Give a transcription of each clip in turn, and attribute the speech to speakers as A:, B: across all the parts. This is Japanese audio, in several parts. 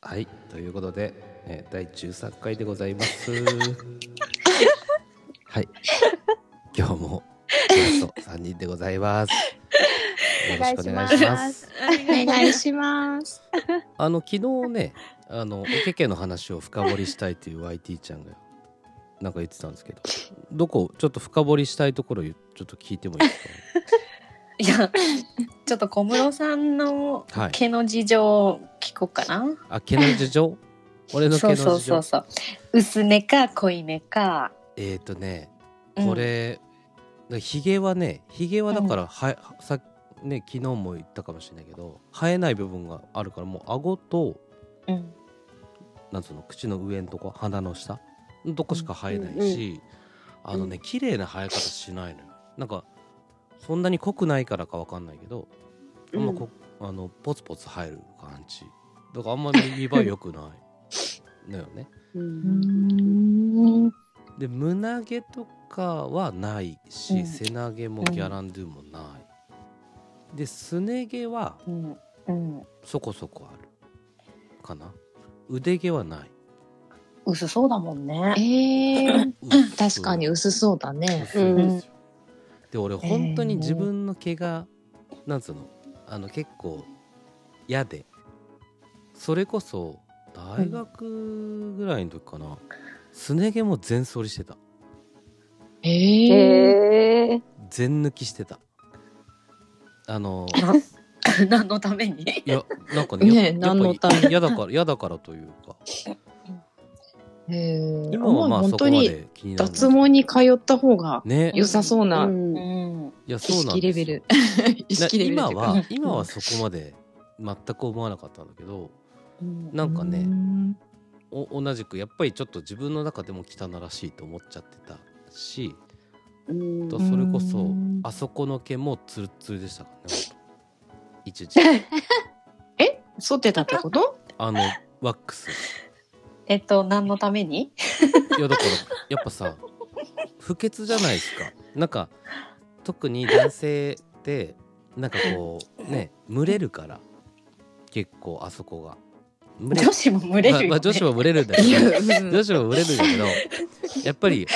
A: はいということで、えー第13回でございます はい今日もゲスト3人でございますよろしくお願いします。
B: お願いします。
A: あの昨日ねあのおけけの話を深掘りしたいっていう YT ちゃんがなんか言ってたんですけどどこちょっと深掘りしたいところちょっと聞いてもいいです
C: いや、ちょっと小室さんの
A: かはい
C: 毛の事情を聞こうかな。
A: あ毛の事情俺の毛
C: そ
A: の
C: う
A: 事情
C: そうそうそう。薄めか濃いめか。
A: えっ、ー、とね
C: うん
A: これ、ひげはねひげはだからは、さね昨日も言ったかもしれないけど生えない部分があるからもう顎と
C: うん。
A: なんつうの口の上のとこ鼻の下のとこしか生えないし、あのね綺麗な生え方しないのよなんかそんなに濃くないからかわかんないけどあんまこ、あのポツポツ生える感じだからあんまり見栄え良く ないのよね
B: うん。
A: で胸毛とかはないし、
C: うん
A: 背投げもギャランドゥもない、でスネ毛は
C: うん。うん。
A: そこそこあるかな腕毛はない
C: 薄そうだもんね。
B: えー、
A: 薄
B: 確かに薄そうだね。
A: 薄いんですよ、で俺
C: えー
A: 本当に自分の毛が、なんつうのあの結構嫌でそれこそ大学ぐらいの時かな、すね毛も全剃りしてた
B: えー、
D: えー、
A: 全抜きしてたあの
C: 何のために
A: いやなんかね
B: ねえ
A: やっぱ
B: 何のため
A: 嫌だから嫌だからというか
B: えー、
A: 今はまあ
B: 本
A: そこ
B: 当
A: ま
B: に
A: で気にならない
B: 脱毛に通った方が
A: ね
B: 良さそう
D: う、
B: な。
C: うんん。
A: いや
B: 意
A: そうなん
B: 識
A: で
B: レ
A: す
B: ベ
A: よ
B: ル。 意識レベル
A: な
B: っていう
A: 今
B: か。
A: は今はそこまで全く思わなかったんだけど
C: うん
A: なんか
B: う
A: ね
B: ん
A: お同じくやっぱりちょっと自分の中でも汚らしいと思っちゃってたし
D: うん
A: とそれこ
B: う
A: そ
B: ん
A: あそこの毛もツルッツルでしたからねほんと一 時
B: え、剃ってたってこと？
A: あのワックス
C: えっと、何のために
A: いやだからやっぱさ不潔じゃないですかなんか特に男性ってなんかこうね蒸れるから結構あそこが蒸
C: 女子も群れるよ、ね
A: まあまあ女子も蒸れるんだけ
B: いや
A: ど
B: うん
A: 女子も蒸れるんだ けどやっぱり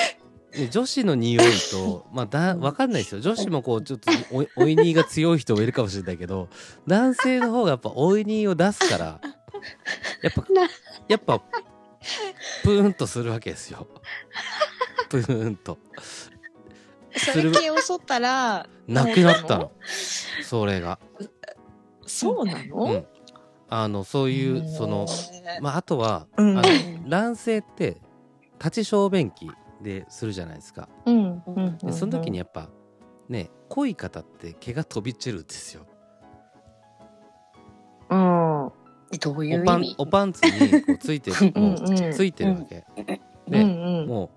A: ね女子の匂いとまあだわかんないですよ女子もこうちょっとおいおいにが強い人もいるかもしれないけど男性の方がやっぱおいにを出すからやっぱ
D: な
A: やっぱプーンとするわけですよプーンと
B: それ毛を剃ったら
A: なくなったのそれが
B: そうな
A: う
B: の
A: ん？あのそういうそのまああとは、
B: うん
A: あの卵性って立ち小便器でするじゃないですか
B: うんうんう
A: で
B: ん。
A: その時にやっぱね濃い方って毛が飛び散るんですよ
B: うん。うん
C: どういう
A: お
C: 意
A: パン
C: 味
A: おパンツにこうついてるもう
B: うんうん
A: ついてるわけ
B: う
A: で
B: ん
A: も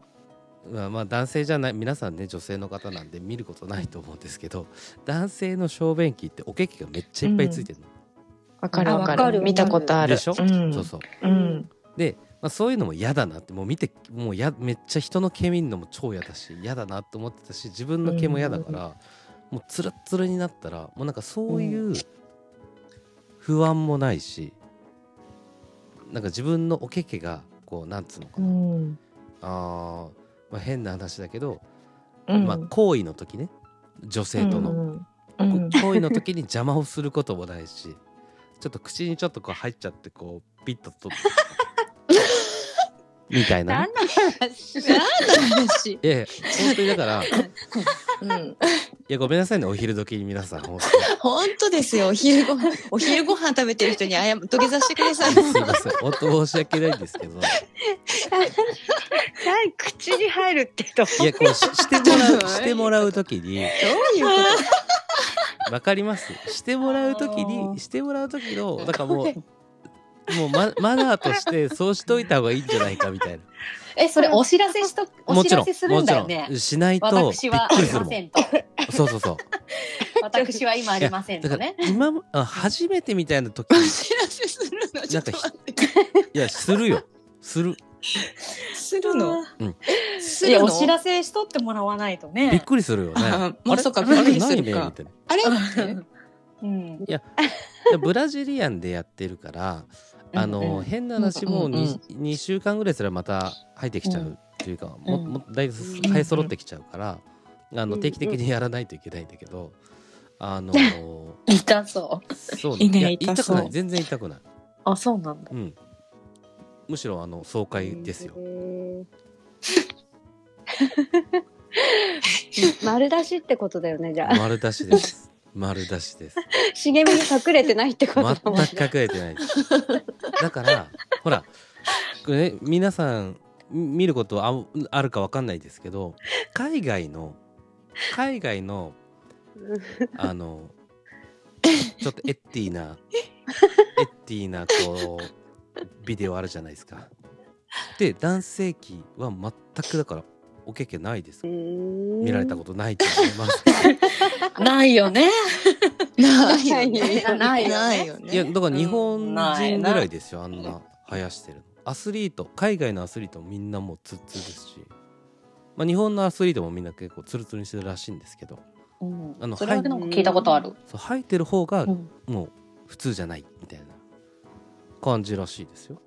A: うまあまあ男性じゃない皆さんね女性の方なんで見ることないと思うんですけど男性の小便器っておけけがめっちゃいっぱいついてるの、
B: わかるわ
D: あわ
B: か
D: か
B: る。
D: る
B: 見たことある。
A: でしょ、
B: うん
A: そうそう
B: うん。
A: で、まあ、そういうのも嫌だなってもう見てもうやめっちゃ人の毛見んのも超嫌だし嫌だなと思ってたし自分の毛も嫌だから、もうつるっつるになったらもうなんかそういう不安もないし、なんか自分のおけけがこうなんつうのか
B: う
A: な、ああ
B: ん。
A: ーまあ、変な話だけど、
B: うん
A: まあ、行為の時ね女性との、
B: うんうん
A: こ行為の時に邪魔をすることもないしちょっと口にちょっとこう入っちゃってこうピッとと みたいなね、
D: の話
B: 何の話
A: いやいや本当にだからい
B: うん
A: やごめんなさいねお昼時に皆さん本当に
B: 本当ですよお 昼ご飯お昼ご飯食べてる人に謝土下座してください
A: すいません本当申し訳ないんですけど い
D: 何口に入るってどう
A: やこうししてもらうしてもらう時に
B: ういう
A: わかりますしてもらう時にしてもらう時のだからもうもうママナーとしてそうしといた方がいいんじゃないかみたいな
C: え、それお知らせしと、お
A: も
C: 知
A: ちろ
C: ら
A: ん
C: せする
A: も
C: ん
A: ち
C: だ
A: ろ
C: よね。
A: んしないとび
C: 私
A: っ
C: はあ
A: くり
C: り
A: するもん
C: ませんと。
A: そうそうそう
C: 私は今ありません
A: だ
C: と
A: から
C: ね。
A: 今もあ初めてみたいな時に
B: 知らせするのちょっと待って
A: いやするよする
B: するの
A: うん
B: す
C: い
B: る
C: や、
B: の
C: お知らせしとってもらわないと
A: びっ
C: ね。
A: くりするよね
B: あまあ
A: れ
B: そっか
A: あれ
B: びっくりす
A: 何
B: る
A: ね
B: か
A: みたいな
B: あれ
C: うん。
A: でブラジリアンでやってるからあの、
C: うん
A: 変な話もう
C: うん
A: 2, 2週間ぐらいすればまた生えてきちゃうっていうか、ももだいぶ生え揃ってきちゃうから、あの定期的にやらないといけないんだけどあの
C: 痛そ。
A: そう
B: いいね
A: や
B: 痛
A: 痛く
B: そう
A: ない全然痛くないう
C: あ、そうなんだ。
A: うん、むしろあの爽快ですよ。
D: へー 丸出しってことだよねじゃあ
A: 丸出しです。丸出しです。
D: 茂みに隠れてないってこと
A: 全
D: だ
A: く
D: もん
A: 隠
D: ね
A: れてないです。だからほらこれ、ね、皆さんみ見ることはああるかわかんないですけど海外の海外のあのちょっとエッティなエッティなこうビデオあるじゃないですか。で男性器は全くだからお経験ないです。見
D: 見
A: られたことないと思います。
C: ないよね。
B: ないよね。
C: ないよね
B: ないよね。
A: いやだから日
C: う
A: 本
C: んない
A: 人ぐ
C: な
A: らいですよあんな生やしてるのアスリート海外のアスリートもみんなもうツルツルですし、まあ、日本のアスリートもみんな結構ツルツルにしてるらしいんですけど
C: うん
A: あの
C: それはなんか聞いたことある。
A: そう生えてる方が
C: うん
A: もう普通じゃないみたいな感じらしいですよ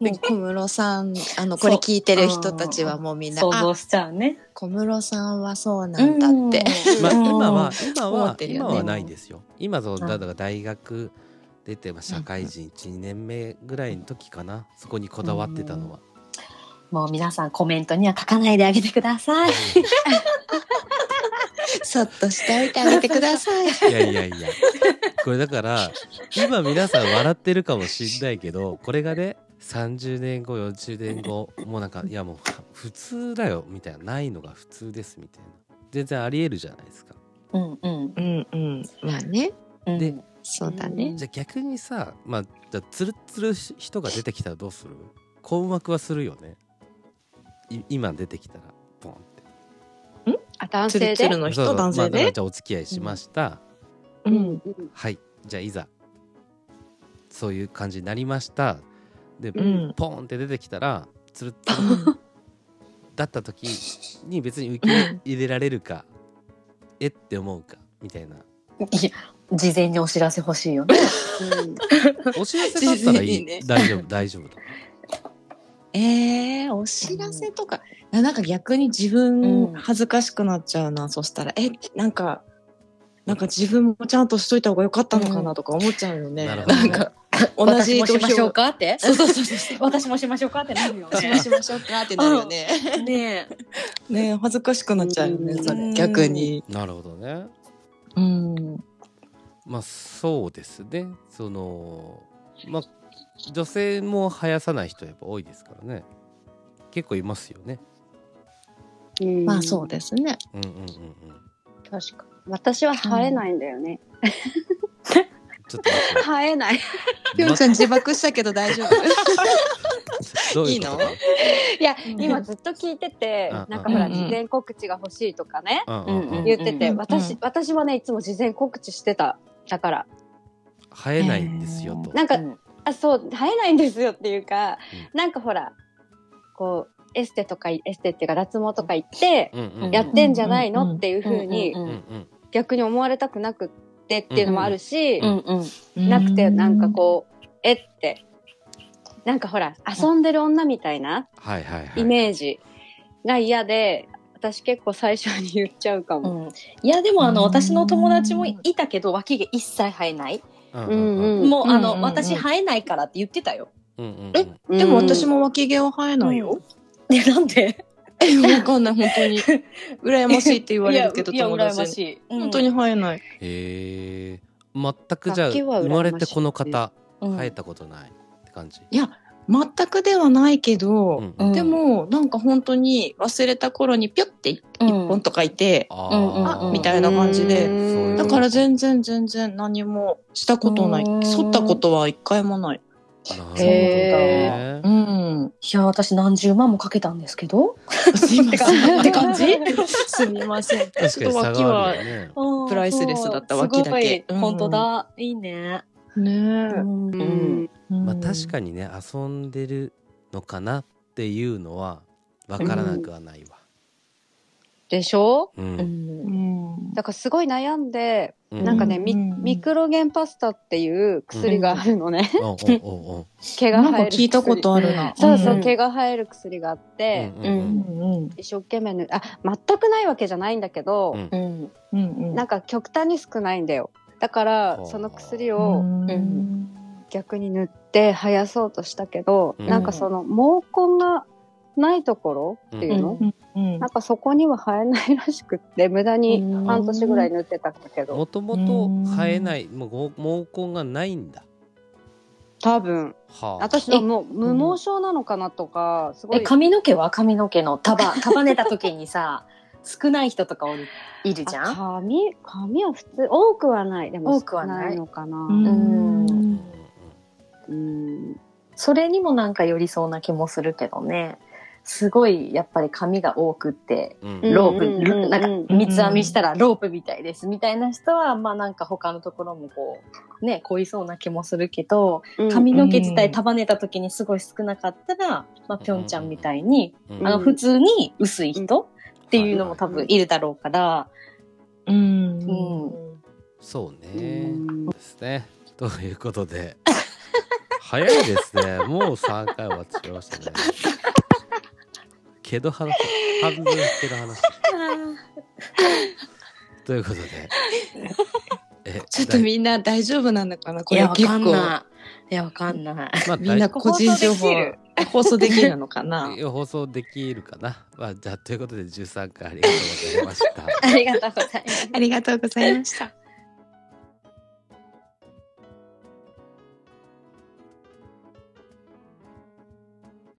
B: もう小室さん、あの、これ聞いてる人たちはもうみんな、
C: 想
B: あ、
C: 像しちゃうね。
B: 小室さんはそうなんだって。
A: まあ、
C: うん
A: 今は今
B: 思
A: は、
B: ってるよ
A: 今
B: ね
A: はないんですよ今そう
C: あ
A: だから大学出て、まあ、社会人12年目ぐらいの時かなそこにこだわってたのは、
C: もう皆さんコメントには書かないであげてください。
B: そっとしておいてあげてください。
A: いやいやいや。これだから、今皆さん笑ってるかもしんないけど、これがね、30年後、40年後、もうなんか、いやもう普通だよ、みたいな、ないのが普通です、みたいな。全然ありえるじゃないですか。
C: うんうん
B: うんうん。まあね。
C: うん。
A: で
B: そうだね。
A: じゃあ逆にさ、まあ、じゃあツルツルし人が出てきたらどうする困惑はするよね。い今出てきたら、ポンって。
D: あ男
B: つ
D: 性
B: るつ
D: で
B: るの
A: そうそ
B: 人、
A: う
B: 男
A: まあ
B: 性
A: だから
B: で。
A: じゃあお付き合いしました。
B: うん。
A: はい。じゃあいざ、そういう感じになりました。で、
B: うん。
A: ポーンって出てきたらつるっつるだった時に別に受け入れられるかえって思うかみたいない
C: や事前にお知らせ欲しいよね。
A: お知らせだったら い
B: 事前に
A: い、
B: ね
A: 大丈夫大丈夫だ
B: えー、お知らせとか、なんか逆に自分
C: うん
B: 恥ずかしくなっちゃうな、そしたら、え、なんか、なんか自分もちゃんとしといた方が良かったのかなとか思っちゃうよね。
A: なるほど
B: なんか、同
C: 私
B: じ
C: もし
B: 土
C: ましょう
B: 俵。
C: かって。
B: そうそうそうそう。
C: 私もしましょうかってなるよ
B: 私もしましょうかってなるよね。
C: ね。ねえ。
B: ねえ恥ずかしくなっちゃうよね、
D: うん
B: それ逆に。
A: なるほどね
B: うん。
A: まあそうですねそのまあ女性も生やさない人やっぱ多いですからね結構いますよね
B: まあそうですね。
A: うんうんうんうんちょ
D: 確か私は生えないんだよね、
A: っと待って
D: 生えない
B: ぴょんちゃん自爆したけど大丈夫。
A: どういうことか
B: い
D: いや今ずっと聞いてて
A: うん
D: なんかほら
B: うん
D: 事前告知が欲しいとかね
A: うんうんうん
C: うん
D: 言ってて
B: うんう
D: 私
B: ん
D: 私はねいつも事前告知してただから
A: 生えないんですよと
D: なんか
C: うん
D: あそう生えないんですよっていうか、
A: う
D: なんかほらこうエステとかエステっていうか脱毛とか行って、
A: うんうんうん
D: やってんじゃない
B: うんうんう
D: の
B: ん
D: っていうふうに
C: うん
A: う
C: うん
A: んうん
D: 逆に思われたくなくってっていうのもあるし、
C: うんうん
D: なくてなんかこうえってなんかほら遊んでる女みたいな
A: はいはいはい
D: イメージが嫌で、私結構最初に言っちゃうか
C: う
D: も。
C: んいやでもあの
B: うん
C: 私の友達もいたけど脇毛一切生えない、
A: うん
D: う
A: うんうん
D: んうん、
C: もうあの、
B: うんうんうん
C: 私生えないからって言ってたよ
A: うんうんうん
B: え
D: う
B: でも私も脇毛は生えないよ。
C: ねなん で
B: え、わかんない、本当に。 羨ましいって言われるけど、
C: いや
B: 友
C: いや羨ま
B: 達
C: し
B: に。
C: い、
B: 本当に生えない。
A: へえ全くじゃあ
D: 楽器は羨ましい
A: 生まれてこの方
C: うん
A: 生えたことないって感じ、
B: いや、全くではないけど、
A: ん
C: うん
B: でも、なんか本当に忘れた頃にピョって一
C: うん
B: 本とかいて、
A: あ
C: うんうんうんみ
B: たいな感じで
A: うん
B: だから全然全然何もしたことない。
C: うん
B: 剃ったことは一回もない。
A: なるほどね
D: へ
B: うん。
C: いや私何十万もかけたんですけど
B: すいません。
C: って感じ
B: すみません。ちょっ
A: 確か
B: と
A: に差
B: 脇
A: があ
B: は
A: るよね
B: プライスレスだった脇だけ
C: すごい本当だ、いいね、
B: ね
C: うん
D: う
B: うん
D: ん、
A: まあ確かにね遊んでるのかなっていうのはわからなくはないわ、
D: でしょ
A: う
C: うん
B: うんん。
D: だからすごい悩んで、
A: うん
D: なんかね、
B: うん
D: ミ
B: うん
D: ミクロゲンパスタっていう薬があるのね。
A: おうおうおう
D: 毛が
B: なんか
D: 生える薬。
B: 聞いたことあるな。
D: そうそう、
C: うん
D: 毛が生える薬があって、
A: うんうんうん
B: うん
D: 一生懸命ぬ、あ、全くないわけじゃないんだけど、
A: うん
C: うん
B: うんうん。
D: なんか極端に少ないんだよ。だから
A: は、あ
D: その薬
B: う
D: を
B: ん
D: 逆に塗って生やそうとしたけど、
A: うん
D: なんかその毛根がないところっていうの、
B: うん
D: なんかそこには生えないらしくって、無駄に
C: うん
D: 半年ぐらい塗ってたんだけど、
A: もともと生えないもう毛根がないんだ
D: 多分、
A: はあ
D: 私のもう無毛症なのかなとか、すご
C: え
D: い。
C: 髪の毛は髪の毛の束 束ねた時にさ少ない人とかおるいるじゃ
D: あ
C: ん
D: 髪髪は普通多くはないでも
C: 多くは
D: 少
C: ない
D: ないのかな
B: うん
C: う
A: うん
D: うん
C: それにもなんか寄りそうな気もするけどねすごいやっぱり髪が多くって
A: うんうん
C: ロープ、
D: うんうん
C: ロなんか三つ編みしたら
B: うん
C: ロープみたいですみたいな人はまあなんか他のところもこうね濃いそうな気もするけど髪の毛自体束ねた時にすごい少なかったら、まあ、ぴょんちゃんみたいに、
A: うん
C: あの
D: うん
C: 普通に薄い人っていうのも多
A: はい
C: 分いるだろうから、
B: うん
C: う
A: そう
D: う
A: ね
D: ん
A: ですねということで 早いですねもう三回終わってしまいましたねけど話半分けど話ということでえ
B: ちょっとみんな大丈夫なのかなこれ結構。
C: い。いや、わかんない。
A: まあ
B: みんな個人情報
C: 放送で
B: 放送できるのかな
A: 大放送できるかな、まあ、じゃあということで13回ありがとうございました。
C: ありがとうございます。
B: ありがとうございました。